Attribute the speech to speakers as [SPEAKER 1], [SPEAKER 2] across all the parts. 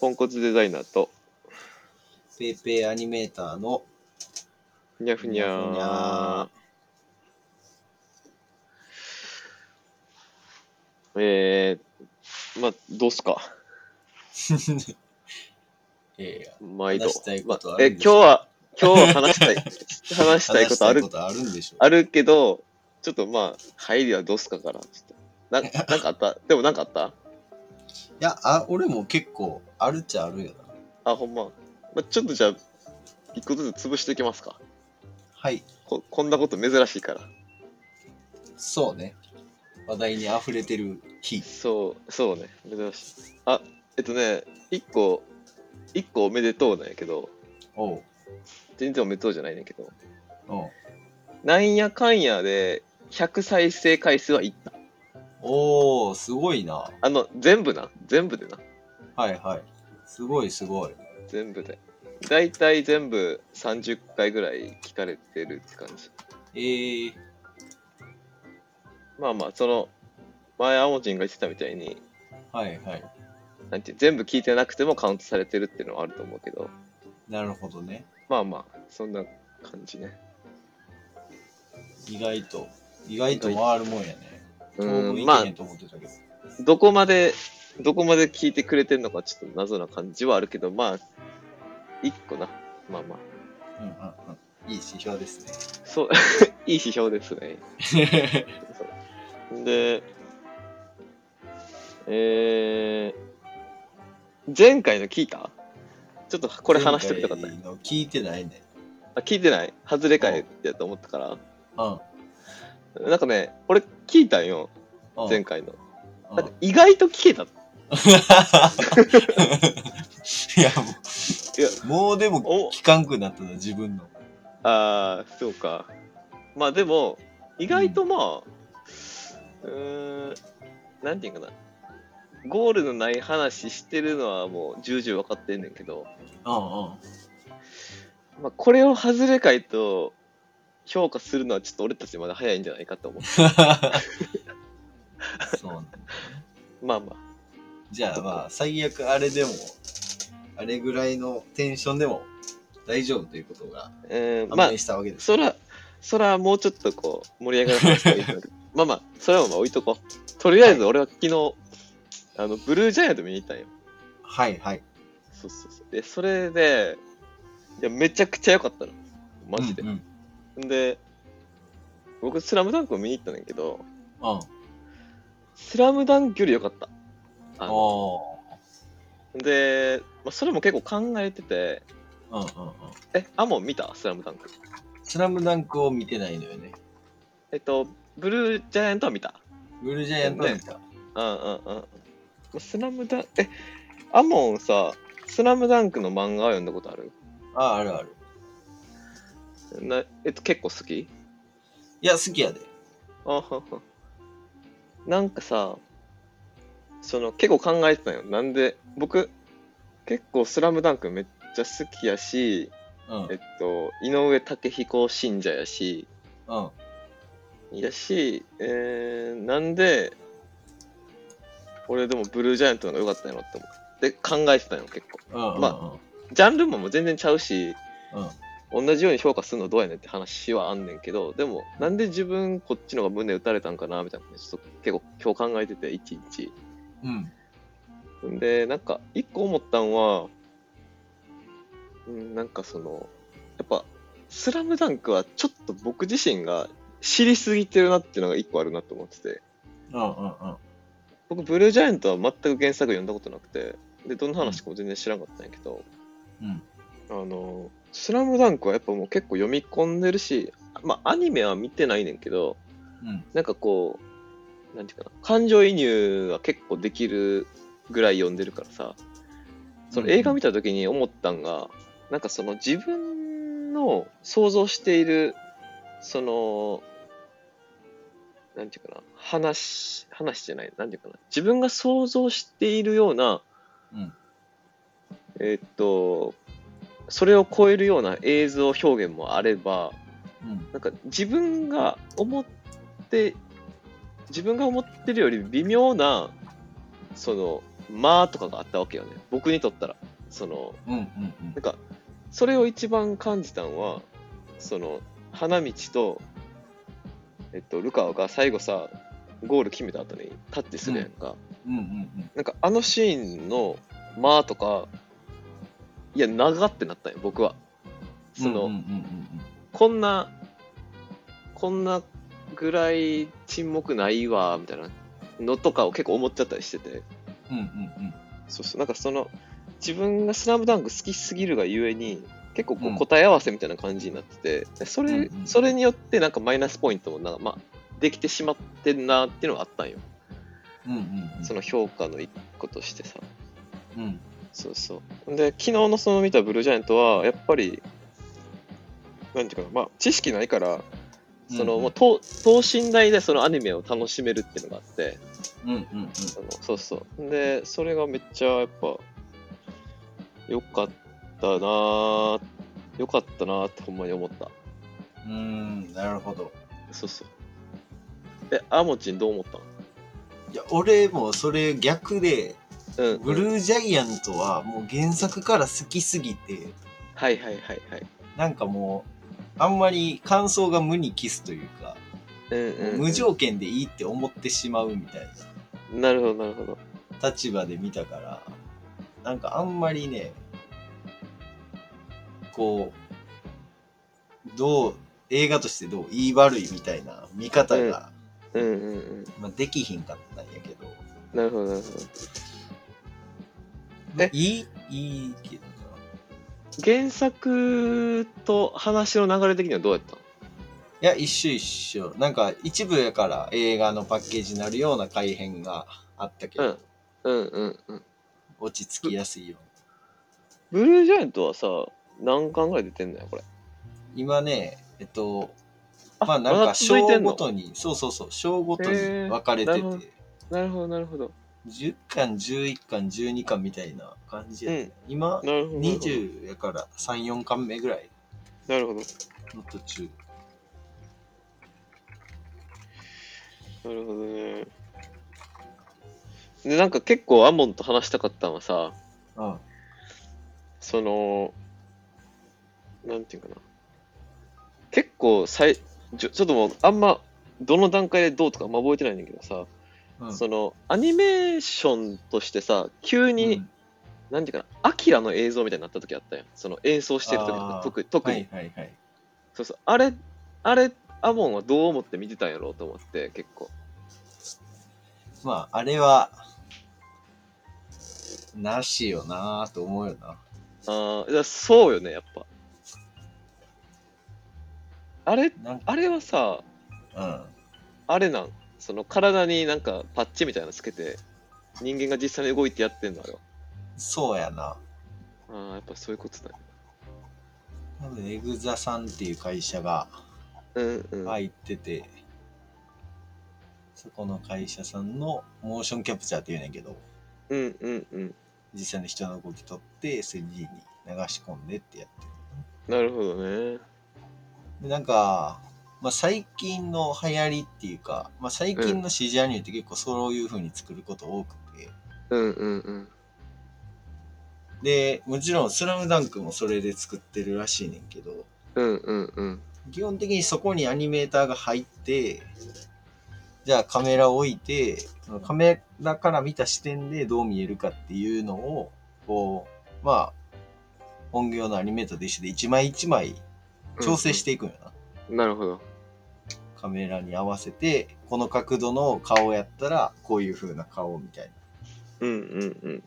[SPEAKER 1] ポンコツデザイナーと、
[SPEAKER 2] ペーペーアニメーターの、
[SPEAKER 1] ふにゃふにゃー
[SPEAKER 2] ふにゃふにゃ
[SPEAKER 1] えー、まあ、どうっすか、
[SPEAKER 2] え
[SPEAKER 1] 毎度。
[SPEAKER 2] 話したいことあ
[SPEAKER 1] え、
[SPEAKER 2] る
[SPEAKER 1] 今
[SPEAKER 2] んです
[SPEAKER 1] 日
[SPEAKER 2] か
[SPEAKER 1] は、今日は話したい、 話したいことある
[SPEAKER 2] 話し、たいことあるんでしょ
[SPEAKER 1] あるけど、ちょっとまあ、入りはどうっすかから、ちょっと。ななんかあったでもなんかあった
[SPEAKER 2] いや、あ、俺も結構、あるっちゃあるよな。
[SPEAKER 1] あ、ほんま。まあ、ちょっとじゃあ、一個ずつ潰していきますか。
[SPEAKER 2] はい、
[SPEAKER 1] ここんなこと珍しいから。
[SPEAKER 2] そうね。話題に溢れてる日。
[SPEAKER 1] そう、そうね、珍しい。あ、えっとね、一個、一個おめでとうなんやけど、
[SPEAKER 2] おう、
[SPEAKER 1] 全然おめでとうじゃないねんけど、
[SPEAKER 2] おう。
[SPEAKER 1] なんやかんやで100再生回数はいった。
[SPEAKER 2] おー、すごいな。
[SPEAKER 1] あの、全部な、全部でな、
[SPEAKER 2] はいはい。すごいすごい。
[SPEAKER 1] 全部で。だいたい全部30回ぐらい聞かれてるって感じ。
[SPEAKER 2] えー、
[SPEAKER 1] まあまあ、その、前、アモジンが言ってたみたいに、
[SPEAKER 2] はいはい。
[SPEAKER 1] なんていう全部聞いてなくてもカウントされてるっていうのはあると思うけど、
[SPEAKER 2] なるほどね。
[SPEAKER 1] まあまあ、そんな感じね。
[SPEAKER 2] 意外と、意外と回るもんやね。当
[SPEAKER 1] う
[SPEAKER 2] 分
[SPEAKER 1] ん、
[SPEAKER 2] い
[SPEAKER 1] まあ
[SPEAKER 2] けへん、と思ってたけど。
[SPEAKER 1] どこまで、どこまで聞いてくれてるのかちょっと謎な感じはあるけど、まあ、一個な。まあまあ。
[SPEAKER 2] うんうんうん。いい指標ですね。
[SPEAKER 1] そう、 いい指標ですね。そうで、えー、前回の聞いたちょっとこれ話してみたかった。
[SPEAKER 2] 前回の聞いてないね。
[SPEAKER 1] あ、聞いてない外れ会やと思ったから。
[SPEAKER 2] うん。うん
[SPEAKER 1] なんかね、俺聞いたんよ、前回の。
[SPEAKER 2] うん
[SPEAKER 1] なんか意外と聞けた。い
[SPEAKER 2] いやも
[SPEAKER 1] や、
[SPEAKER 2] う、もうでも
[SPEAKER 1] お
[SPEAKER 2] 聞かんくなったな、自分の。
[SPEAKER 1] ああ、そうか。まあでも、意外とまあ、うーん、なんていうかな。ゴールのない話してるのはもう重々分かってんねんけど、
[SPEAKER 2] う
[SPEAKER 1] まあ、これを外れ会と評価するのはちょっと俺たちまだ早いんじゃないかと思
[SPEAKER 2] んうん。そうね。
[SPEAKER 1] う。まあまあ、
[SPEAKER 2] じゃあまあ、最悪あれでも、あれぐらいのテンションでも大丈夫ということが
[SPEAKER 1] うーん、まあ
[SPEAKER 2] 判明、したわけです。
[SPEAKER 1] そら、そらもうちょっとこう、盛り上がらせたらいいと思うけど まあまあ、それはまあ置いとこう。とりあえず俺は昨日、あの、ブルージャイアント見に行ったんよ。
[SPEAKER 2] はいはい。
[SPEAKER 1] そうそうそう。で、それで、いや、めちゃくちゃ良かったの。マジで。
[SPEAKER 2] うんうん。
[SPEAKER 1] んで、僕、スラムダンクを見に行ったんだけど、
[SPEAKER 2] うん
[SPEAKER 1] スラムダンクより良かった。あの
[SPEAKER 2] お
[SPEAKER 1] で、まあ、それも結構考えてて、
[SPEAKER 2] ーうんうんうん。
[SPEAKER 1] え、アモン見たスラムダンク。
[SPEAKER 2] スラムダンクを見てないのよね。
[SPEAKER 1] えっと、ブルージャイアントは見た。
[SPEAKER 2] ブルージャイアントは見た。
[SPEAKER 1] うんうんうん。スラムダンク、え、アモンさ、スラムダンクの漫画は読んだことある
[SPEAKER 2] ああ、あるある。
[SPEAKER 1] なえっと、結構好き
[SPEAKER 2] いや、好きやで。
[SPEAKER 1] あはは なんかさ、その結構考えてたよ。なんで、僕、結構スラムダンクめっちゃ好きやし、
[SPEAKER 2] うん。うん
[SPEAKER 1] えっと、井上武彦信者やし、。やし、えー、なんで、俺でもブルージャイアントの方が良かったんやろって思って考えてたよ、結構。
[SPEAKER 2] うんうん。
[SPEAKER 1] まジャンルももう全然ちゃうし、
[SPEAKER 2] うん。うん。
[SPEAKER 1] 同じように評価するのどうやねんって話はあんねんけど、でも、なんで自分こっちのが胸打たれたんかなみたいなことちょっと結構今日考えてて、いちいち。
[SPEAKER 2] うん。
[SPEAKER 1] んで、なんか、一個思ったんは、うん、なんかその、やっぱ、スラムダンクはちょっと僕自身が知りすぎてるなっていうのが一個あるなと思ってて、
[SPEAKER 2] うんうんうん。
[SPEAKER 1] 僕、ブルージャイアントは全く原作読んだことなくて、で、どんな話かも全然知らんかったんやけど、
[SPEAKER 2] うん。
[SPEAKER 1] あの、スラムダンクはやっぱもう結構読み込んでるし、まあ、アニメは見てないねんけど、
[SPEAKER 2] うん。
[SPEAKER 1] なんかこう、なんていうかな、感情移入は結構できるぐらい読んでるからさ、その映画見た時に思ったんが、なんかその自分の想像している、その、なんていうかな、話、話じゃない、なんていうかな、自分が想像しているような、
[SPEAKER 2] うん
[SPEAKER 1] えーっと、それを超えるような映像表現もあれば、
[SPEAKER 2] うん。
[SPEAKER 1] なんか自分が思って自分が思ってるより微妙なその間とかがあったわけよね僕にとったらその
[SPEAKER 2] うんうんう
[SPEAKER 1] なん
[SPEAKER 2] ん
[SPEAKER 1] かそれを一番感じたのはその花道と、えっと、ルカワが最後さゴール決めた後にタッチするやんか、
[SPEAKER 2] うんうん
[SPEAKER 1] なんかあのシーンの間とかいや長ってなったんよ僕は
[SPEAKER 2] うん
[SPEAKER 1] その、
[SPEAKER 2] うんうんうん
[SPEAKER 1] こんなこんなぐらい沈黙ないわみたいなのとかを結構思っちゃったりしてて
[SPEAKER 2] うんうんうん
[SPEAKER 1] そうそうなんかその自分が「スラムダンク好きすぎるがゆえに結構こ
[SPEAKER 2] う
[SPEAKER 1] うん答え合わせみたいな感じになってて、でそれ
[SPEAKER 2] うんうん
[SPEAKER 1] それによってなんかマイナスポイントもなんか、まあ、できてしまってんなっていうのがあったんよ、
[SPEAKER 2] うんうんうん
[SPEAKER 1] その評価の一個としてさ
[SPEAKER 2] うん
[SPEAKER 1] そうそうで昨日のその見たブルージャイアントはやっぱりなんていうかなまあ知識ないからその、
[SPEAKER 2] うんうん
[SPEAKER 1] もう等等身大でそのアニメを楽しめるっていうのがあって、
[SPEAKER 2] うんうんうん
[SPEAKER 1] そのそうそうでそれがめっちゃやっぱ良かったなぁ良かったなぁってほんまに思った
[SPEAKER 2] うーんなるほど
[SPEAKER 1] そうそうえあもちんどう思った
[SPEAKER 2] いや俺もそれ逆で
[SPEAKER 1] のうん
[SPEAKER 2] ブルージャイアントはもう原作から好きすぎて
[SPEAKER 1] はいはいはいはい
[SPEAKER 2] なんかもうあんまり感想が無にキスというか、
[SPEAKER 1] うんうん、うん、
[SPEAKER 2] 無条件でいいって思ってしまうみたい
[SPEAKER 1] なるほどなるほど
[SPEAKER 2] な立場で見たからなんかあんまりねこうどう映画としてどういい悪いみたいな見方が、
[SPEAKER 1] うんうんうん
[SPEAKER 2] まあ、できひんかったんやけど、
[SPEAKER 1] なるほどなるほど
[SPEAKER 2] まあ
[SPEAKER 1] え
[SPEAKER 2] いいいいけどな
[SPEAKER 1] 原作と話の流れ的にはどうやったの
[SPEAKER 2] いや、一緒一緒。なんか、一部やから映画のパッケージになるような改変があったけど、
[SPEAKER 1] うんうんうんうん
[SPEAKER 2] 落ち着きやすいよう
[SPEAKER 1] ブルージャイアントはさ何巻ぐらい出てんのよこれ
[SPEAKER 2] に。今ね、えっと、
[SPEAKER 1] あ
[SPEAKER 2] まあなん
[SPEAKER 1] ま
[SPEAKER 2] か、
[SPEAKER 1] だ続いて
[SPEAKER 2] 章
[SPEAKER 1] んの
[SPEAKER 2] ごとに、そうそうそう、章ごとに
[SPEAKER 1] へー
[SPEAKER 2] 分かれて
[SPEAKER 1] な
[SPEAKER 2] て
[SPEAKER 1] る、ほどなるほどなるほど
[SPEAKER 2] 10巻、11巻、12巻みたいな感じやね、
[SPEAKER 1] うん
[SPEAKER 2] 今、
[SPEAKER 1] なるほどなるほど
[SPEAKER 2] 20やから3、4巻目ぐらい
[SPEAKER 1] なるほど
[SPEAKER 2] の途中。
[SPEAKER 1] なるほどね。で、なんか結構アモンと話したかったのはさ、
[SPEAKER 2] うん。
[SPEAKER 1] その、なんていうかな。結構さいちょ、ちょっともう、あんま、どの段階でどうとかあんま覚えてないんだけどさ、
[SPEAKER 2] うん、
[SPEAKER 1] その、アニメーションとしてさ、急
[SPEAKER 2] う
[SPEAKER 1] に、
[SPEAKER 2] ん
[SPEAKER 1] なんていうかな、アキラの映像みたいになった時あったやん。その演奏してる時と
[SPEAKER 2] あ
[SPEAKER 1] か
[SPEAKER 2] ー、
[SPEAKER 1] 特特
[SPEAKER 2] は
[SPEAKER 1] に、
[SPEAKER 2] いはいはい。
[SPEAKER 1] そうそう。あれ、あれ、アモンはどう思って見てたんやろうと思って、結構。
[SPEAKER 2] まあ、あれは、なしよなーと思うよな。
[SPEAKER 1] ああ、いやそうよね、やっぱ。あれ、
[SPEAKER 2] なんか、
[SPEAKER 1] あれはさ、
[SPEAKER 2] うん。
[SPEAKER 1] あれなん、その体になんかパッチみたいなのつけて、人間が実際に動いてやってんのあれは。
[SPEAKER 2] そうやな。
[SPEAKER 1] ああ、やっぱそういうことだね。
[SPEAKER 2] 多分エグザさんっていう会社が
[SPEAKER 1] うんうん。
[SPEAKER 2] 入ってて、そこの会社さんのモーションキャプチャーって言うねんけど、
[SPEAKER 1] うんうんうん。
[SPEAKER 2] 実際の人の動き取って 3D に流し込んでってやって
[SPEAKER 1] なるほどね。
[SPEAKER 2] る。で、なんか、まあ、最近の流行りっていうか、まあ、最近の CG アニメって結構そういう風に作ること多くて、
[SPEAKER 1] うんうんうん。
[SPEAKER 2] で、もちろんスラムダンクもそれで作ってるらしいねんけど、
[SPEAKER 1] うんうんうん。
[SPEAKER 2] 基本的にそこにアニメーターが入って、じゃあカメラを置いて、カメラから見た視点でどう見えるかっていうのを、こう、まあ、本業のアニメーターと一緒で一枚一枚調整していくんよな。
[SPEAKER 1] うん。なるほど。
[SPEAKER 2] カメラに合わせて、この角度の顔やったら、こういう風な顔みたい
[SPEAKER 1] う
[SPEAKER 2] な。
[SPEAKER 1] んうんうん。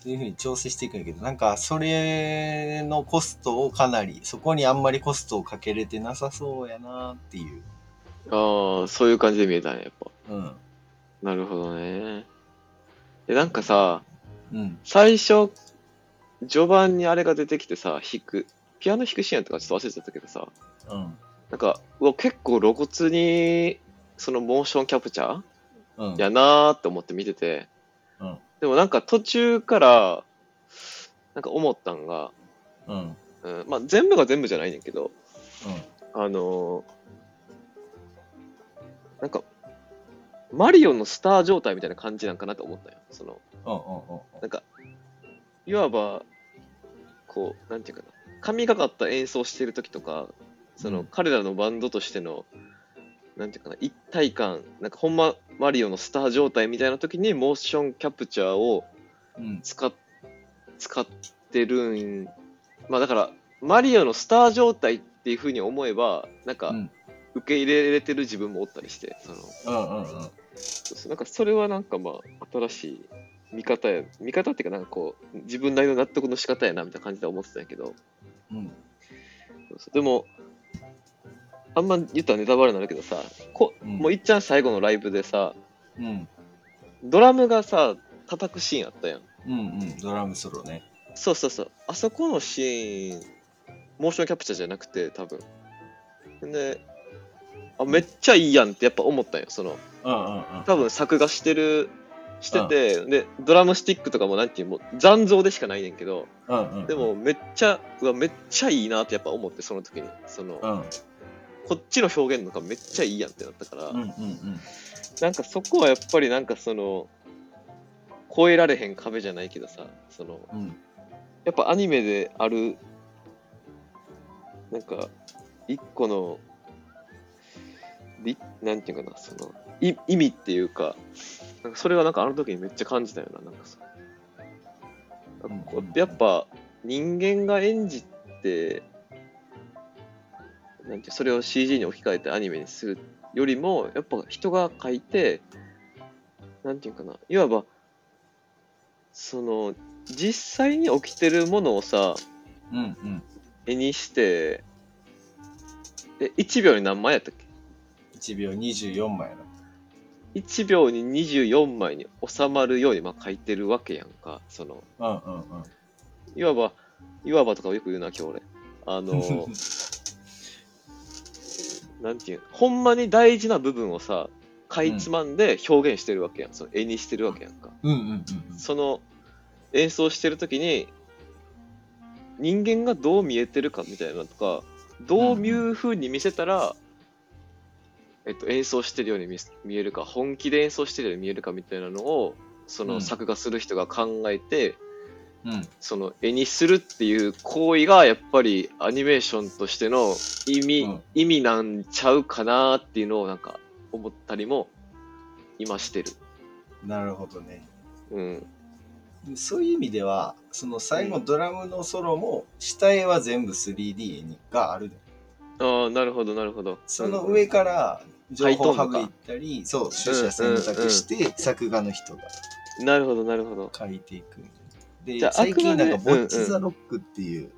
[SPEAKER 2] っていう風に調整していくんやけど、なんか、それのコストをかなり、そこにあんまりコストをかけれてなさそうやなっていう。
[SPEAKER 1] ああ、そういう感じで見えたね、やっぱ。
[SPEAKER 2] うん。
[SPEAKER 1] なるほどね。え、なんかさ、
[SPEAKER 2] うん。
[SPEAKER 1] 最初序盤にあれが出てきてさ弾くピアノ弾くシーンやったからちょっと忘れちゃったけどさ
[SPEAKER 2] うん。
[SPEAKER 1] なんかうわ結構露骨にそのモーションキャプチャ
[SPEAKER 2] うん。
[SPEAKER 1] ーやなーって思って見てて、
[SPEAKER 2] うん
[SPEAKER 1] でもなんか途中からなんか思ったんが、
[SPEAKER 2] うん。
[SPEAKER 1] うんまあ、全部が全部じゃないねんけど
[SPEAKER 2] う
[SPEAKER 1] あのーなんかマリオのスター状態みたいな感じなんかなと思ったよ。その、
[SPEAKER 2] うんうんうん
[SPEAKER 1] なんか、いわば、こう、なんていうかな、神がかった演奏してる時とか、その、
[SPEAKER 2] うん
[SPEAKER 1] 彼らのバンドとしての、なんていうかな、一体感、なんか、ほんま、マリオのスター状態みたいな時に、モーションキャプチャーを
[SPEAKER 2] うん。うん。
[SPEAKER 1] 使っ使ってるん、まあだから、マリオのスター状態っていうふうに思えば、なんか
[SPEAKER 2] うん、
[SPEAKER 1] 受け入れられてる自分もおったりして、その、
[SPEAKER 2] うんうんうん。
[SPEAKER 1] そうそうなんかそれはなんかまあ新しい見方や見方っていうかなんかこう自分なりの納得の仕方やなみたいな感じで思ってたんやけど
[SPEAKER 2] うん。
[SPEAKER 1] そうそうでもあんま言ったらネタバレになるけどさこ
[SPEAKER 2] うん
[SPEAKER 1] もういっちゃん最後のライブでさ
[SPEAKER 2] うん。
[SPEAKER 1] ドラムがさ叩くシーンあったやん
[SPEAKER 2] うんうん。ドラムソロね。
[SPEAKER 1] そうそうそうあそこのシーンモーションキャプチャーじゃなくて多分であめっちゃいいやんってやっぱ思ったんよその
[SPEAKER 2] うんうんうん。
[SPEAKER 1] 多分作画してるしてて、でドラムスティックとかもなんていうもう残像でしかないねんけど
[SPEAKER 2] うんうん。
[SPEAKER 1] で、もめっちゃうわめっちゃいいなってやっぱ思ってその時にその、
[SPEAKER 2] うん。
[SPEAKER 1] こっちの表現の方がめっちゃいいやんってなったから、
[SPEAKER 2] うんうんうん。
[SPEAKER 1] なんかそこはやっぱりなんかその越えられへん壁じゃないけどさその
[SPEAKER 2] うん。
[SPEAKER 1] やっぱアニメであるなんか一個のりなんていうかなそのい意味っていうかなんかそれはなんかあの時にめっちゃ感じたよななんかさなんかこう
[SPEAKER 2] うんうんうん
[SPEAKER 1] やっぱ人間が演じてなんていうそれを CG に置き換えてアニメにするよりもやっぱ人が書いてなんていうかないわばその実際に起きてるものをさ
[SPEAKER 2] うんうん。
[SPEAKER 1] 絵にしてえ1秒に何枚やったっけ
[SPEAKER 2] 1秒24枚やな。
[SPEAKER 1] 1秒に24枚に収まるようにまあ書いてるわけやんかその
[SPEAKER 2] うんうんうん。
[SPEAKER 1] いわばいわばとかよく言うな今日俺あのなんていうんほんまに大事な部分をさかいつまんで表現してるわけやん、その絵にしてるわけやんか
[SPEAKER 2] うんうんうん
[SPEAKER 1] その演奏してる時に人間がどう見えてるかみたいなのとかどういう風に見せたら、えっと、演奏してるように見せ見えるか本気で演奏してるように見えるかみたいなのをその、
[SPEAKER 2] うん
[SPEAKER 1] 作画する人が考えて
[SPEAKER 2] うん。うん。
[SPEAKER 1] その絵にするっていう行為がやっぱりアニメーションとしての意味、
[SPEAKER 2] うん
[SPEAKER 1] 意味なんちゃうかなっていうのをなんか思ったりも今してる。
[SPEAKER 2] なるほどね。
[SPEAKER 1] うん、
[SPEAKER 2] そういう意味では、その最後ドラムのソロも、下絵は全部 3D 絵にがあるね。
[SPEAKER 1] ああなるほどなるほど。
[SPEAKER 2] その
[SPEAKER 1] うん
[SPEAKER 2] 上から情報を省いたり、そう、取捨選択して作画の人が
[SPEAKER 1] なるほどなるほど。
[SPEAKER 2] 書いていく。で
[SPEAKER 1] じゃ、あ
[SPEAKER 2] 最近なんか、
[SPEAKER 1] あく
[SPEAKER 2] ボ
[SPEAKER 1] まで
[SPEAKER 2] ッチ・ザ・ロックっていう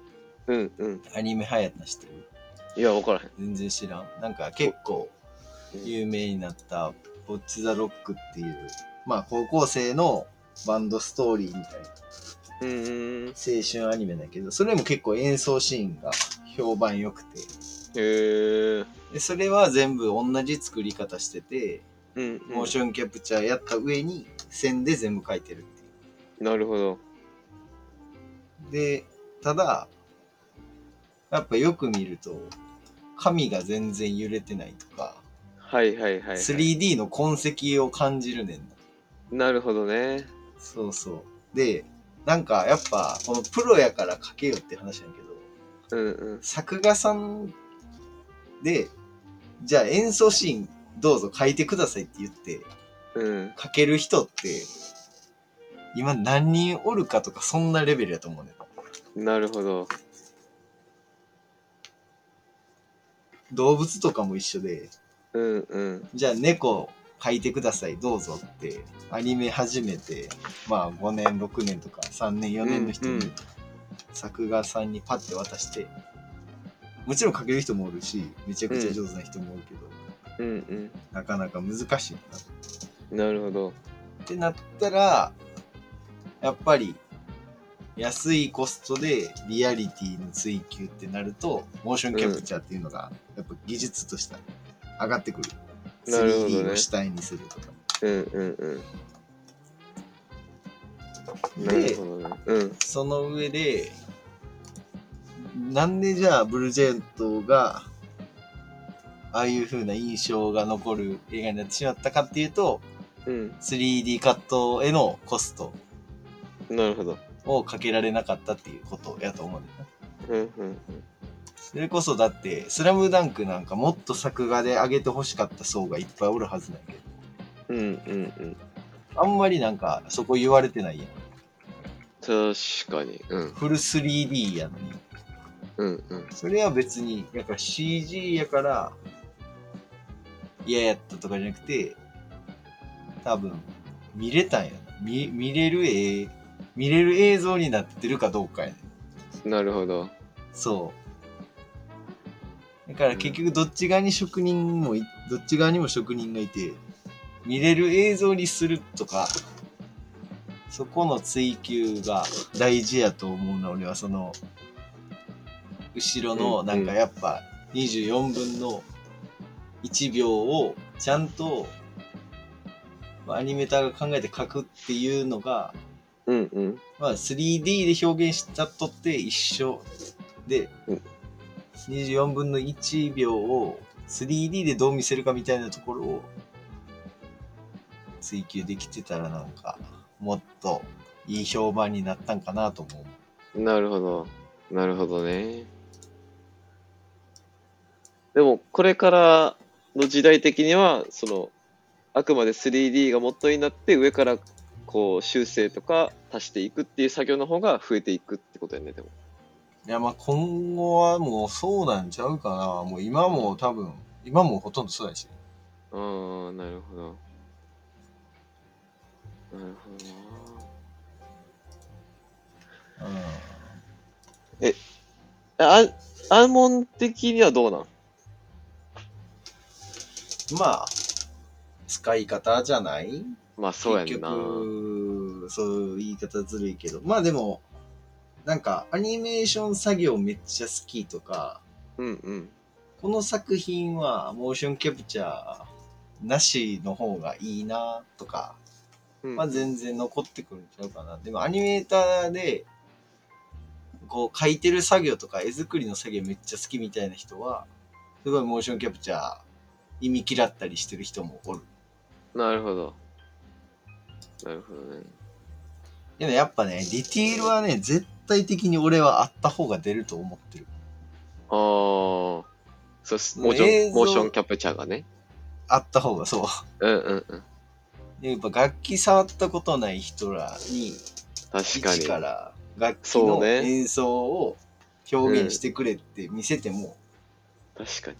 [SPEAKER 1] うんうん。
[SPEAKER 2] アニメ流行った人
[SPEAKER 1] いや分からへん。
[SPEAKER 2] 全然知らん。なんか結構有名になった、ボッチ・ザ・ロックっていう、まあ高校生のバンドストーリーみたいな
[SPEAKER 1] うんうんうん。
[SPEAKER 2] 青春アニメだけど、それも結構演奏シーンが評判良くて、
[SPEAKER 1] へえ。
[SPEAKER 2] でそれは全部同じ作り方してて、
[SPEAKER 1] うん、
[SPEAKER 2] モーションキャプチャーやった上に線で全部書いてるってい
[SPEAKER 1] うん。なるほど。
[SPEAKER 2] う。で、ただ、やっぱよく見ると、紙が全然揺れてないとか、
[SPEAKER 1] はいはいはい、はい。
[SPEAKER 2] 3D の痕跡を感じるねんな。
[SPEAKER 1] なるほどね。
[SPEAKER 2] そうそう。で、なんかやっぱ、このプロやから書けよって話なんやけど、
[SPEAKER 1] うんうん。
[SPEAKER 2] 作画さんで、じゃあ演奏シーンどうぞ書いてくださいって言って、
[SPEAKER 1] うん。
[SPEAKER 2] 書ける人って、今何人おるかとかそんなレベルやと思うねん。
[SPEAKER 1] なるほど。
[SPEAKER 2] 動物とかも一緒で、
[SPEAKER 1] うんうん。
[SPEAKER 2] じゃあ猫描いてください、どうぞって、アニメ始めて、まあ5年、6年とか3年、4年の人
[SPEAKER 1] うんう
[SPEAKER 2] に
[SPEAKER 1] ん
[SPEAKER 2] 作画さんにパッて渡して、もちろん描ける人もおるし、めちゃくちゃ上手な人もおるけど、
[SPEAKER 1] うん
[SPEAKER 2] なかなか難しいな。
[SPEAKER 1] うん。なるほど。
[SPEAKER 2] ってなったら、やっぱり、安いコストでリアリティの追求ってなると、モーションキャプチャーっていうのが、やっぱ技術として上がってくる。
[SPEAKER 1] なるほどね
[SPEAKER 2] 3D を主体にするとか。
[SPEAKER 1] うんうんうん。なる
[SPEAKER 2] で、
[SPEAKER 1] ほどね。うん。
[SPEAKER 2] その上で、なんでじゃあブルージェントがああいう風な印象が残る映画になってしまったかっていうと、
[SPEAKER 1] うん。
[SPEAKER 2] 3D カットへのコスト
[SPEAKER 1] なるほど。
[SPEAKER 2] をかけられなかったっていうことやと思うんだ
[SPEAKER 1] う
[SPEAKER 2] よな
[SPEAKER 1] んうん
[SPEAKER 2] それこそだって、スラムダンクなんかもっと作画で上げてほしかった層がいっぱいおるはずなんやけど、
[SPEAKER 1] うん。うんうんうん。
[SPEAKER 2] あんまりなんかそこ言われてないやん。
[SPEAKER 1] 確かに。うん
[SPEAKER 2] フル 3D やのに。
[SPEAKER 1] うんうん。
[SPEAKER 2] それは別に、やっぱ CG やから嫌やったとかじゃなくて、多分見れたんやな。見見れる絵、見れる映像になってるかどうかやね
[SPEAKER 1] なるほど。
[SPEAKER 2] そう。だから結局どっち側に職人もい、どっち側にも職人がいて、見れる映像にするとか、そこの追求が大事やと思うな、俺はその、後ろ
[SPEAKER 1] う
[SPEAKER 2] の
[SPEAKER 1] ん
[SPEAKER 2] なんかやっぱ24分の1秒をちゃんと、まあアニメーターが考えて書くっていうのが、
[SPEAKER 1] うんうん。
[SPEAKER 2] まあ、3D で表現したとって一緒で、
[SPEAKER 1] うん
[SPEAKER 2] 24分の1秒を 3D でどう見せるかみたいなところを追求できてたらなんかもっといい評判になったんかなと思う。
[SPEAKER 1] なるほど。なるほどね。でも、これからの時代的には、その、あくまで 3D が元になって、上からこう修正とか足していくっていう作業の方が増えていくってことやね、でも。
[SPEAKER 2] いやまあ今後はもうそうなんちゃうかな。もう今も多分、今もほとんどそうだし。
[SPEAKER 1] ああ、なるほど。なるほどな。
[SPEAKER 2] うん
[SPEAKER 1] あ、アーモン的にはどうなん
[SPEAKER 2] まあ、使い方じゃない
[SPEAKER 1] まあそうやんな。
[SPEAKER 2] 結局、そう言い方ずるいけど。まあでも、なんかアニメーション作業めっちゃ好きとか、
[SPEAKER 1] うんうん。
[SPEAKER 2] この作品はモーションキャプチャーなしの方がいいなとか、
[SPEAKER 1] うん
[SPEAKER 2] まあ全然残ってくるんちゃうかな。でもアニメーターで、こう書いてる作業とか絵作りの作業めっちゃ好きみたいな人は、すごいモーションキャプチャー意味嫌ったりしてる人もおる。
[SPEAKER 1] なるほど。なるほどね。
[SPEAKER 2] でもやっぱね、ディティールはね、絶対的に俺はあった方が出ると思ってる。
[SPEAKER 1] ああ。そうす
[SPEAKER 2] もう
[SPEAKER 1] モーショ
[SPEAKER 2] 映
[SPEAKER 1] ン、
[SPEAKER 2] 像
[SPEAKER 1] モーションキャプチャーがね。
[SPEAKER 2] あった方がそう。
[SPEAKER 1] うんうんうん。
[SPEAKER 2] でやっぱ楽器触ったことない人らに、
[SPEAKER 1] 確か
[SPEAKER 2] 一
[SPEAKER 1] に。
[SPEAKER 2] から楽器
[SPEAKER 1] そう
[SPEAKER 2] の
[SPEAKER 1] ね
[SPEAKER 2] 演奏を表現してくれって見せても、
[SPEAKER 1] 確かに。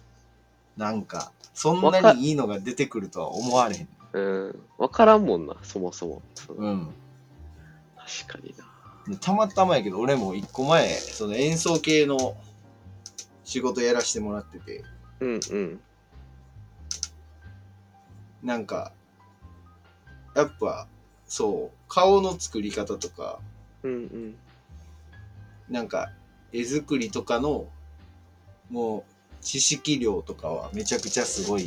[SPEAKER 2] なんか、そんなにいいのが出てくるとは思われへん。
[SPEAKER 1] うん。わからんもんな、そもそも。そう
[SPEAKER 2] うん。
[SPEAKER 1] 確かにな。
[SPEAKER 2] でたまたまやけど、俺も一個前、その演奏系の仕事やらせてもらってて、
[SPEAKER 1] うんうん。
[SPEAKER 2] なんか、やっぱ、そう、顔の作り方とか、
[SPEAKER 1] うんうん。
[SPEAKER 2] なんか、絵作りとかの、もう、知識量とかはめちゃくちゃすごい、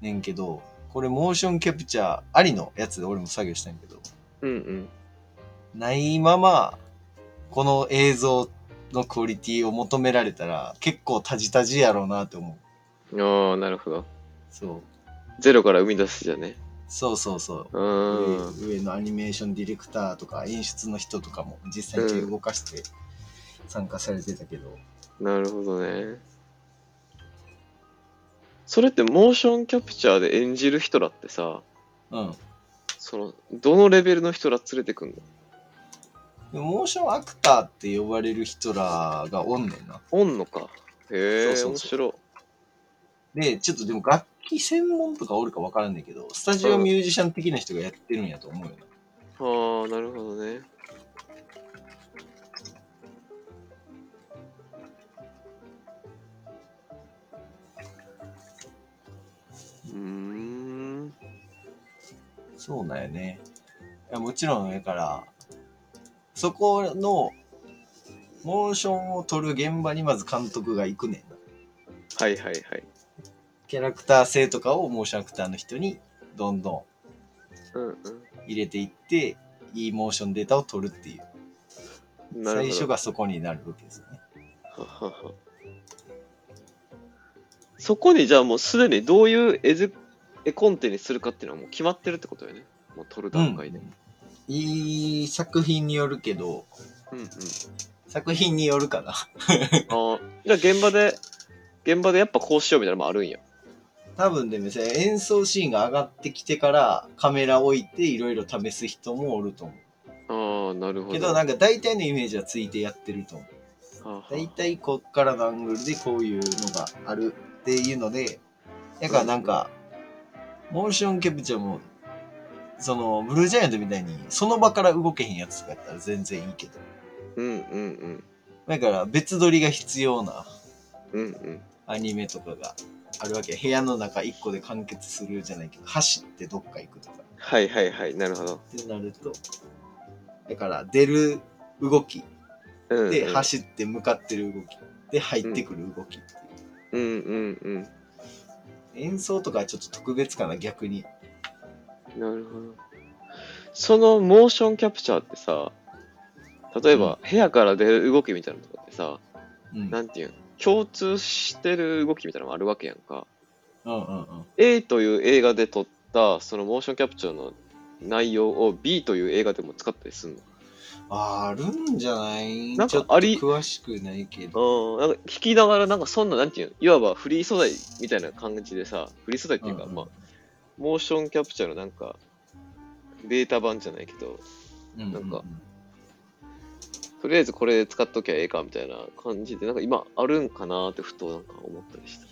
[SPEAKER 2] ねんけど、これ、モーションキャプチャーありのやつで俺も作業したんやけど、
[SPEAKER 1] うんうん。
[SPEAKER 2] ないまま、この映像のクオリティを求められたら、結構タジタジやろうなって思う。
[SPEAKER 1] ああ、なるほど。
[SPEAKER 2] そう。
[SPEAKER 1] ゼロから生み出すじゃね。
[SPEAKER 2] そうそうそう。
[SPEAKER 1] うーん。
[SPEAKER 2] 上上のアニメーションディレクターとか演出の人とかも実際に手動かして参加されてたけど、
[SPEAKER 1] なるほどね。それってモーションキャプチャーで演じる人らってさ、
[SPEAKER 2] うん
[SPEAKER 1] その、どのレベルの人ら連れてくんの
[SPEAKER 2] でもモーションアクターって呼ばれる人らがおんねんな
[SPEAKER 1] おんのか。へえ、
[SPEAKER 2] そう
[SPEAKER 1] 面
[SPEAKER 2] そう
[SPEAKER 1] 白い。
[SPEAKER 2] でちょっとでも楽器専門とかおるか分からんねんけどスタジオミュージシャン的な人がやってるんやと思うよな
[SPEAKER 1] ああ、なるほどね。うーん。
[SPEAKER 2] そうなんやねいやもちろんだからそこのモーションを撮る現場にまず監督が行くねんな
[SPEAKER 1] はいはいはい。
[SPEAKER 2] キャラクター性とかをモーションアクターの人にどんどん
[SPEAKER 1] うん
[SPEAKER 2] 入れていって、いいモーションデータを取るっていう。
[SPEAKER 1] うん。なる
[SPEAKER 2] 最
[SPEAKER 1] ほ
[SPEAKER 2] 初
[SPEAKER 1] ど。
[SPEAKER 2] がそこになるわけですよね。
[SPEAKER 1] はははそこにじゃあもうすでにどういう絵づ絵コンテにするかっていうのはもう決まってるってことよね。もう撮る段階で。
[SPEAKER 2] いい作品によるけど、
[SPEAKER 1] うん、うん、うん。
[SPEAKER 2] 作品によるかな。
[SPEAKER 1] ああ、じゃあ現場で、現場でやっぱこうしようみたいなのもあるんや。
[SPEAKER 2] 多分でもさ演奏シーンが上がってきてからカメラ置いていろいろ試す人もおると思
[SPEAKER 1] ああ、なるほど。
[SPEAKER 2] う。けどなんか大体のイメージはついてやってると思う。
[SPEAKER 1] はあはあ
[SPEAKER 2] 大体こっからのアングルでこういうのがあるっていうので、だからなんか、モーションキャプチャーも、そのブルージャイアントみたいにその場から動けへんやつとかやったら全然いいけど。
[SPEAKER 1] うんうんうん。
[SPEAKER 2] だから別撮りが必要な
[SPEAKER 1] うんうん。
[SPEAKER 2] アニメとかがあるわけ。部屋の中一個で完結するじゃないけど、走ってどっか行くとか。
[SPEAKER 1] はいはいはい、なるほど。
[SPEAKER 2] ってなるとだから出る動き
[SPEAKER 1] うん、うん。
[SPEAKER 2] で走って向かってる動きで入ってくる動きっていう、
[SPEAKER 1] うんうんうん。
[SPEAKER 2] 演奏とかはちょっと特別かな逆に
[SPEAKER 1] なるほど。そのモーションキャプチャーってさ、例えば部屋から出る動きみたいなのとかってさ、
[SPEAKER 2] うん
[SPEAKER 1] なんていうん、共通してる動きみたいなのもあるわけやんか。
[SPEAKER 2] うんうんうん
[SPEAKER 1] A という映画で撮ったそのモーションキャプチャーの内容を B という映画でも使ったりするの
[SPEAKER 2] あるんじゃない
[SPEAKER 1] なんか
[SPEAKER 2] ちょっと
[SPEAKER 1] あり
[SPEAKER 2] 詳しくないけ
[SPEAKER 1] う
[SPEAKER 2] ど
[SPEAKER 1] ん、なんか聞きながら、なんかそんな、なんていうの、いわばフリー素材みたいな感じでさ、フリー素材っていうか、
[SPEAKER 2] うんうん
[SPEAKER 1] まあ、モーションキャプチャーのなんか、データ版じゃないけど、
[SPEAKER 2] うん
[SPEAKER 1] なんか
[SPEAKER 2] う
[SPEAKER 1] とりあえずこれ使っときゃええかみたいな感じで、なんか今あるんかなってふとなんか思ったりした。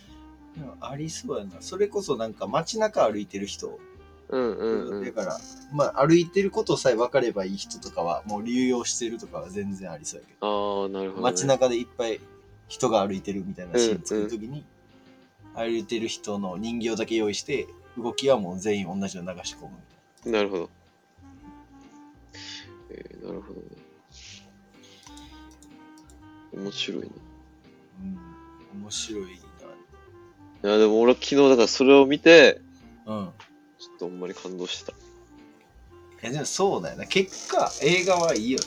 [SPEAKER 2] でもありそうやなそれこそなんか街中歩いてる人、
[SPEAKER 1] うんうんう
[SPEAKER 2] だ
[SPEAKER 1] ん。
[SPEAKER 2] からまあ歩いてることさえ分かればいい人とかはもう流用してるとかは全然ありそうやけど
[SPEAKER 1] ああ、なるほど、ね。
[SPEAKER 2] 街中でいっぱい人が歩いてるみたいなシーン作るときに、歩いてる人の人形だけ用意して動きはもう全員同じの流し込むみ
[SPEAKER 1] なるほど。えー、なるほどね。面白いね。
[SPEAKER 2] たいな、うん、面白い
[SPEAKER 1] いや、でも俺は昨日だからそれを見て、
[SPEAKER 2] なうん
[SPEAKER 1] ちょっとほんまに感動してた。
[SPEAKER 2] いやでもそうだよな結果映画はいいよ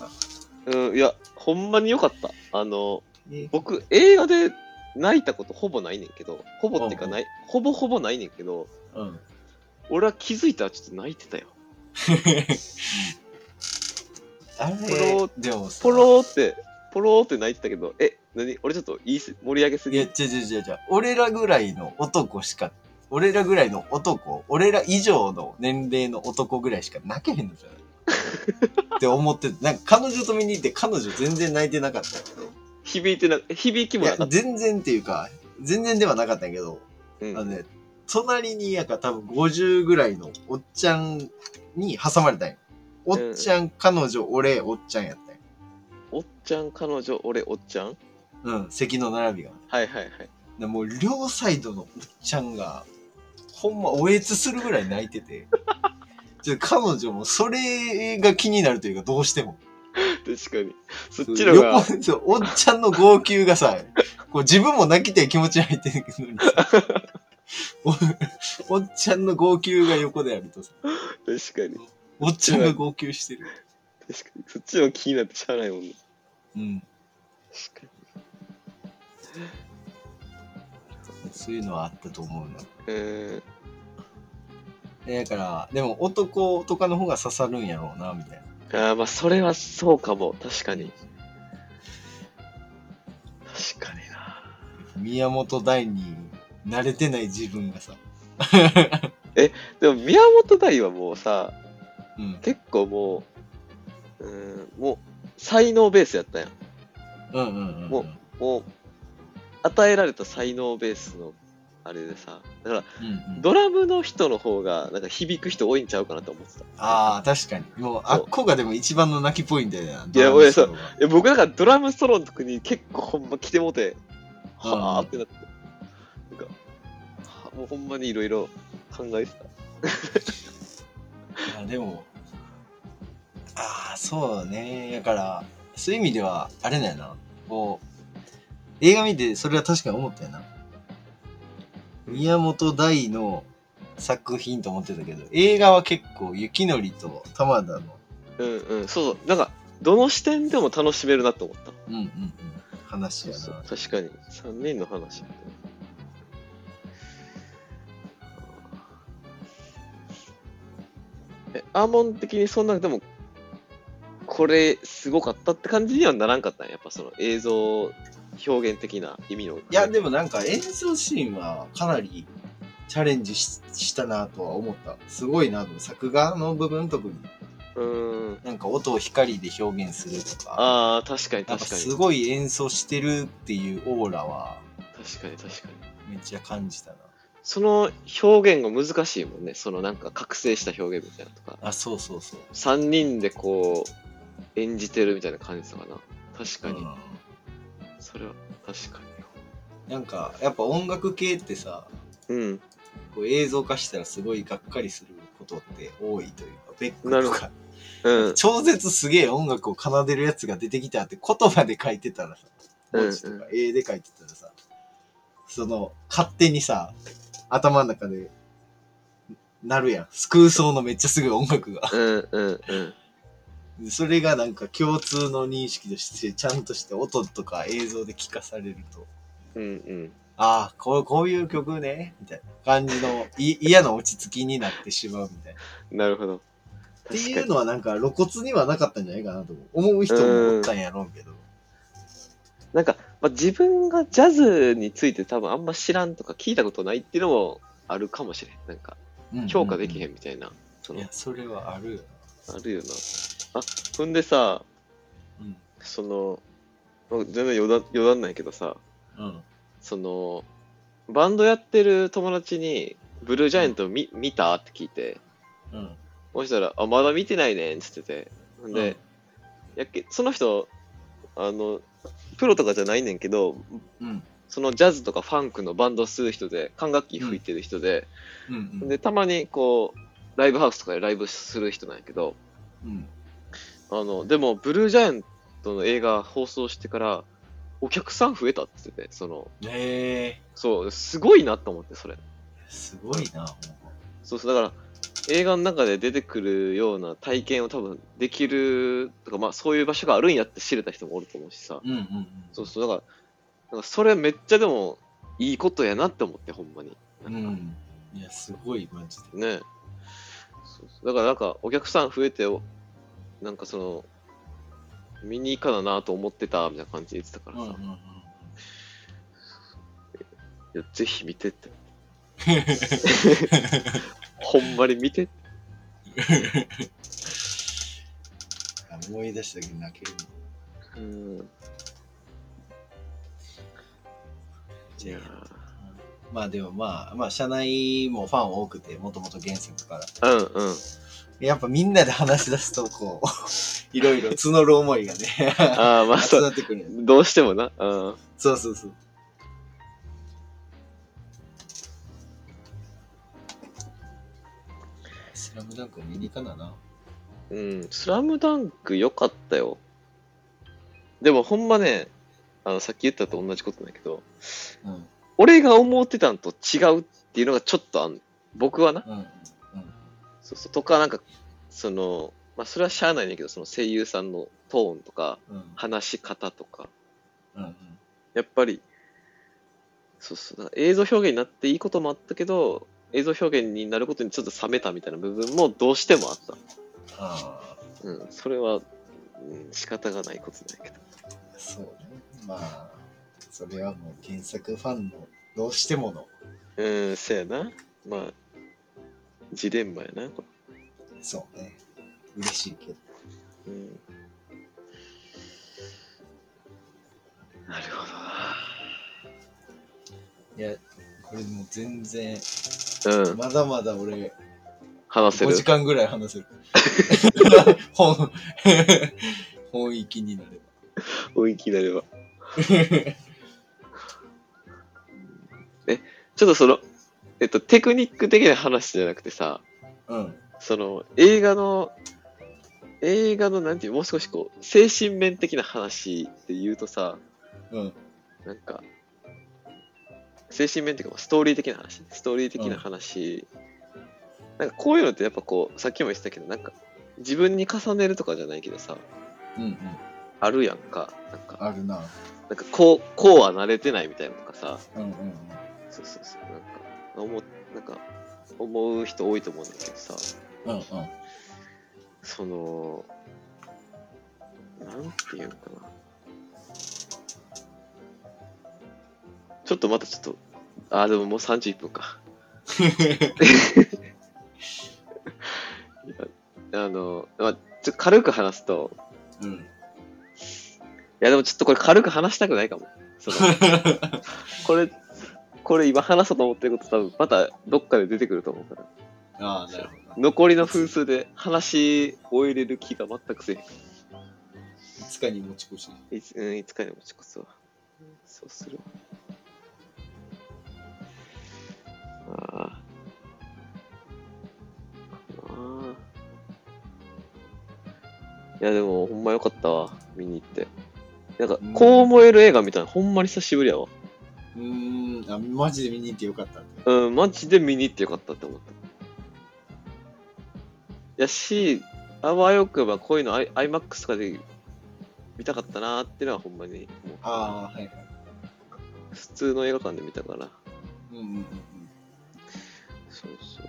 [SPEAKER 2] な
[SPEAKER 1] うん、いや、ほんまに良かった。あの、
[SPEAKER 2] え
[SPEAKER 1] 僕、映画で泣いたことほぼないねんけど、ほぼっていうか
[SPEAKER 2] うんうん
[SPEAKER 1] ない、ほぼほぼないねんけど、
[SPEAKER 2] うん
[SPEAKER 1] 俺は気づいたらちょっと泣いてたよ。
[SPEAKER 2] あれ
[SPEAKER 1] ポロ
[SPEAKER 2] でもさ
[SPEAKER 1] ポローって、ポローって泣いてたけど、え、何俺ちょっと言いす盛り上げす
[SPEAKER 2] いや
[SPEAKER 1] ぎ
[SPEAKER 2] 違う違う違う違う俺らぐらいの男しか俺らぐらいの男俺ら以上の年齢の男ぐらいしか泣けへんのじゃない って思ってなんか彼女と見に行って彼女全然泣いてなかったけど
[SPEAKER 1] 響いてな、響き
[SPEAKER 2] い
[SPEAKER 1] もな
[SPEAKER 2] や
[SPEAKER 1] かった。
[SPEAKER 2] 全然っていうか全然ではなかったんやけど、
[SPEAKER 1] うん
[SPEAKER 2] あのね隣にやから多分50ぐらいのおっちゃんに挟まれたんよおっちゃん、彼女俺おっちゃんやったんよ
[SPEAKER 1] おっちゃん、彼女、俺、おっちゃん
[SPEAKER 2] うん席の並びが
[SPEAKER 1] はいはい はい。
[SPEAKER 2] でもう両サイドのおっちゃんがほんまおえつするぐらい泣い ててちょっと彼女もそれが気になるというかどうしても
[SPEAKER 1] 確かに。そっちのが、
[SPEAKER 2] 横そうおっちゃんの号泣がさ、こう自分も泣きたい気持ちに入ってるけどさ お、おっちゃんの号泣が横であるとさ、
[SPEAKER 1] 確かに。
[SPEAKER 2] おっちゃんが号泣してる。
[SPEAKER 1] 確かに。そっちの気になってしゃあないもんね。
[SPEAKER 2] うん。
[SPEAKER 1] 確か
[SPEAKER 2] そういうのはあったと思うな。
[SPEAKER 1] に。うん。
[SPEAKER 2] えだから、でも男とかの方が刺さるんやろうな、みたいな。
[SPEAKER 1] ああ、まあ、それはそうかも。確かに。確かにな。
[SPEAKER 2] 宮本大に慣れてない自分がさ、
[SPEAKER 1] でも、宮本大はもうさ、
[SPEAKER 2] うん。
[SPEAKER 1] 結構もう、うん、もう、才能ベースやったやん。
[SPEAKER 2] うんうんうんうん。
[SPEAKER 1] ももう、与えられた才能ベースの、あれでさ、だから、
[SPEAKER 2] うんうん
[SPEAKER 1] ドラムの人の方が、なんか響く人多いんちゃうかなと思ってた。
[SPEAKER 2] ああ、確かに。もう、あっこがでも一番の泣きポイントやな。
[SPEAKER 1] いや俺さ
[SPEAKER 2] ドラムソロは
[SPEAKER 1] え僕なんかドラムソロの時に結構ほんま来てもうて、
[SPEAKER 2] うん
[SPEAKER 1] はあってなって、なんか、はもうほんまにいろいろ考えてた。
[SPEAKER 2] あでもああそうねだからそういう意味ではあれだよなこう映画見てそれは確かに思ったよな宮本大の作品と思ってたけど映画は結構雪のりと玉田の
[SPEAKER 1] うんうん、そうそう、なんか、どの視点でも楽しめるなと思った。
[SPEAKER 2] うんうんうん話やな
[SPEAKER 1] そう確かに、3人の話やったね。アーモンド的にそんなでもこれすごかったって感じにはならんかったんややっぱその映像表現的な意味の
[SPEAKER 2] いや、でもなんか演奏シーンはかなりチャレンジししたなとは思った。すごいなと。作画の部分特に、
[SPEAKER 1] うーん
[SPEAKER 2] なんか音を光で表現するとか、
[SPEAKER 1] ああ確かに
[SPEAKER 2] なんか
[SPEAKER 1] 確かに
[SPEAKER 2] すごい演奏してるっていうオーラは
[SPEAKER 1] 確かに確かに
[SPEAKER 2] めっちゃ感じたな。
[SPEAKER 1] その表現が難しいもんねそのなんか覚醒した表現みたいなとか
[SPEAKER 2] あ、そうそうそう。
[SPEAKER 1] 3人でこう演じてるみたいな感じとかな確かに、
[SPEAKER 2] うん
[SPEAKER 1] それは確か
[SPEAKER 2] なんかやっぱ音楽系ってさ、
[SPEAKER 1] にうん
[SPEAKER 2] こう映像化したらすごいがっかりすることって多いというか、ベック
[SPEAKER 1] な
[SPEAKER 2] と
[SPEAKER 1] るほ
[SPEAKER 2] か、
[SPEAKER 1] うん
[SPEAKER 2] 超絶すげえ音楽を奏でるやつが出てきたって言葉で書いてたらさ、
[SPEAKER 1] うん
[SPEAKER 2] 文字とか絵で書いてたらさ、その勝手にさ、頭の中でなるやん。空想のめっちゃすごい音楽が。
[SPEAKER 1] うんうんうん
[SPEAKER 2] それがなんか共通の認識として、ちゃんとして音とか映像で聞かされると、
[SPEAKER 1] うんうん
[SPEAKER 2] ああ、こうこういう曲ね、みたいな感じのい嫌な落ち着きになってしまうみたいな。
[SPEAKER 1] なるほど
[SPEAKER 2] って
[SPEAKER 1] 確
[SPEAKER 2] い
[SPEAKER 1] か
[SPEAKER 2] う
[SPEAKER 1] に
[SPEAKER 2] のはなんか露骨にはなかったんじゃないかなと思う思う人もおったんやろうけど。
[SPEAKER 1] なんか、まあ、自分がジャズについて多分あんま知らんとか聞いたことないっていうのもあるかもしれんなんか
[SPEAKER 2] うん
[SPEAKER 1] 評価できへ
[SPEAKER 2] ん
[SPEAKER 1] んみたいな、そ
[SPEAKER 2] うん。い
[SPEAKER 1] の
[SPEAKER 2] や、それはあるよ
[SPEAKER 1] あるよなあほんでさ
[SPEAKER 2] な。
[SPEAKER 1] そのまあ全然余談余談ないけどさ
[SPEAKER 2] うん。うん。
[SPEAKER 1] そのバンドやってる友達にブルージャイアント見見たって聞いて
[SPEAKER 2] うん。
[SPEAKER 1] そしたら「あまだ見てないねん」っつっててほんで、やっけその人あのプロとかじゃないねんけど
[SPEAKER 2] うん。
[SPEAKER 1] そのジャズとかファンクのバンドする人で管楽器吹いてる人で、
[SPEAKER 2] うん。うん。
[SPEAKER 1] でたまにこうライブハウスとかでライブする人なんやけど
[SPEAKER 2] うん。
[SPEAKER 1] あのでもブルージャイアントの映画放送してからお客さん増えたっつっててその
[SPEAKER 2] へえ
[SPEAKER 1] そうすごいなと思ってそれ
[SPEAKER 2] すごいな。
[SPEAKER 1] そうそうだから映画の中で出てくるような体験を多分できるとかまあそういう場所があるんやって知れた人もおると思うしさ
[SPEAKER 2] うんうんうん。
[SPEAKER 1] そうそうだからなんかそれめっちゃでもいいことやなって思ってほんまに
[SPEAKER 2] う。ん。いや、すごい、マジで。
[SPEAKER 1] ねそうそうだからなんかお客さん増えておなんかその見に行かななと思ってたみたいな感じで言ってたか
[SPEAKER 2] う
[SPEAKER 1] ら
[SPEAKER 2] んうん
[SPEAKER 1] さ、
[SPEAKER 2] うん。
[SPEAKER 1] いやぜひ見てって ほんまに見てって
[SPEAKER 2] 思い出しただけで泣ける。
[SPEAKER 1] うんい
[SPEAKER 2] じゃ
[SPEAKER 1] や
[SPEAKER 2] まあでもまあ、まあ、社内もファン多くて、もともと原作から。
[SPEAKER 1] ーうんうん
[SPEAKER 2] やっぱみんなで話し出すと、こう、 いろいろ募る思いが ね、
[SPEAKER 1] ああまあ
[SPEAKER 2] 集
[SPEAKER 1] そう
[SPEAKER 2] まってくるよね。
[SPEAKER 1] どうしてもなうん
[SPEAKER 2] そうそうそう。スラムダンク見に行かなな。
[SPEAKER 1] うん「スラムダンク良かったよでもほんまねあのさっき言ったと同じことだけど
[SPEAKER 2] うん。うん。
[SPEAKER 1] 俺が思ってたんと違うっていうのがちょっとあん僕はな
[SPEAKER 2] うん。
[SPEAKER 1] そうそうとかなんかそのまあそれはしゃあないんだけどその声優さんのトーンとか
[SPEAKER 2] うん。
[SPEAKER 1] 話し方とか
[SPEAKER 2] うん。うん。
[SPEAKER 1] やっぱりそうそうだから映像表現になっていいこともあったけど映像表現になることにちょっと冷めたみたいな部分もどうしてもあった
[SPEAKER 2] あ
[SPEAKER 1] うん、それは、うん、仕方がないことだけど。
[SPEAKER 2] あ、そうね。まあ、それはもう原作ファンのどうしてもの。
[SPEAKER 1] うん、そやな。まあ、ジレンマやな。こ
[SPEAKER 2] そうね。嬉しいけど。
[SPEAKER 1] れうん、なるほ
[SPEAKER 2] いや、これもう全然、
[SPEAKER 1] どな。うん、
[SPEAKER 2] まだまだ俺、
[SPEAKER 1] 話せ
[SPEAKER 2] 5
[SPEAKER 1] る
[SPEAKER 2] 時。間ぐらい話 せる。本、 本意気になれば。
[SPEAKER 1] 雰囲気になれ ば。え、ちょっとその、えっと、テクニック的な話じゃなくてさ、
[SPEAKER 2] うん。
[SPEAKER 1] その、映画の、映画の、なんていう、もう少しこう、精神面的な話って言うとさ、
[SPEAKER 2] うん。
[SPEAKER 1] なんか、精神面というか、ストーリー的な話、ストーリー的な話、なんかこういうのってやっぱこう、さっきも言ってたけど、なんか、自分に重ねるとかじゃないけどさ、
[SPEAKER 2] うんうん。
[SPEAKER 1] あるやんか、なんか、
[SPEAKER 2] あるな。
[SPEAKER 1] なんかこう、こうは慣れてないみたいなのとかさ、
[SPEAKER 2] うんうんうん。
[SPEAKER 1] そうそうそう、なんか、思うなんか思う人多いと思うんだけどさ、
[SPEAKER 2] うんうん。
[SPEAKER 1] そのなんていうのかなちょっとまたちょっとあーでももう31分か いやあの、まあ、ちょっと軽く話すと
[SPEAKER 2] うん。
[SPEAKER 1] いやでもちょっとこれ軽く話したくないかもそのこれこれ今話そうと思ってること多分またどっかで出てくると思うから
[SPEAKER 2] ああ、なるほどな。
[SPEAKER 1] 残りの分数で話し終えれる気が全くせえへん
[SPEAKER 2] いつかに持ち越し。
[SPEAKER 1] いつ,、うん、いつかでもちこそそうするわああああいやでもほんまよかったわ見に行ってなんか
[SPEAKER 2] うん
[SPEAKER 1] こう思える映画みたいなほんまに久しぶりやわ
[SPEAKER 2] うーん。あ、マジで見に行ってよかったって。
[SPEAKER 1] うんマジで見に行ってよかったって思ったやしあわよくばこういうのアイ IMAX とかで見たかったなーってのはほんまに思う
[SPEAKER 2] ああ、はいはい。
[SPEAKER 1] 普通の映画館で見たから
[SPEAKER 2] うんうんうん
[SPEAKER 1] そうそう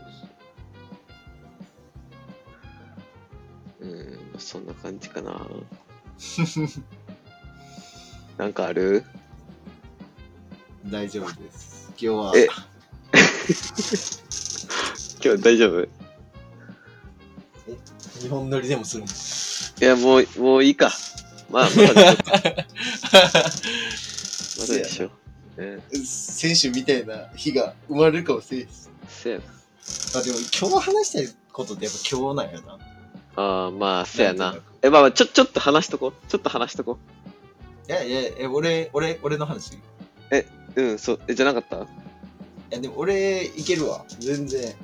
[SPEAKER 1] そううんそんな感じか ななんかある
[SPEAKER 2] うん。大丈夫です。今日は、
[SPEAKER 1] え今日大丈夫い
[SPEAKER 2] 日本撮りでもするん です。
[SPEAKER 1] やもうもういいかまあまだでしょまだでし ょうん
[SPEAKER 2] 選手みたいな日が生まれるかもしれないです。
[SPEAKER 1] せやな
[SPEAKER 2] あ、でも今日話したいことってやっぱ今日なんやな。
[SPEAKER 1] あーまあせや
[SPEAKER 2] ん
[SPEAKER 1] な
[SPEAKER 2] とく
[SPEAKER 1] えまあまあちょちょっと話しとこうちょっと話しとこ
[SPEAKER 2] いやいや、え俺、俺、俺の話。いう
[SPEAKER 1] うんそうえじゃなかった
[SPEAKER 2] や、でも俺、いけるわ。全然。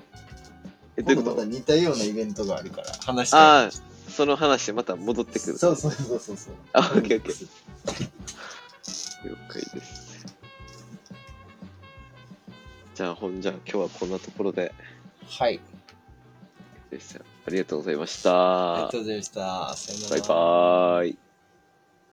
[SPEAKER 1] えどうい
[SPEAKER 2] 今
[SPEAKER 1] う
[SPEAKER 2] 度ま
[SPEAKER 1] こ
[SPEAKER 2] た
[SPEAKER 1] と
[SPEAKER 2] 似たようなイベントがあるから、話して。
[SPEAKER 1] ああその話また戻ってくる
[SPEAKER 2] そうそうそうそうそう。
[SPEAKER 1] あオッケーオッケー了解です。じゃあ、ほんじゃあ、今日はこんなところで
[SPEAKER 2] はい。
[SPEAKER 1] です。ありがとうございました。
[SPEAKER 2] ありがとうございました。さよな
[SPEAKER 1] バイ
[SPEAKER 2] ら。
[SPEAKER 1] バーイ。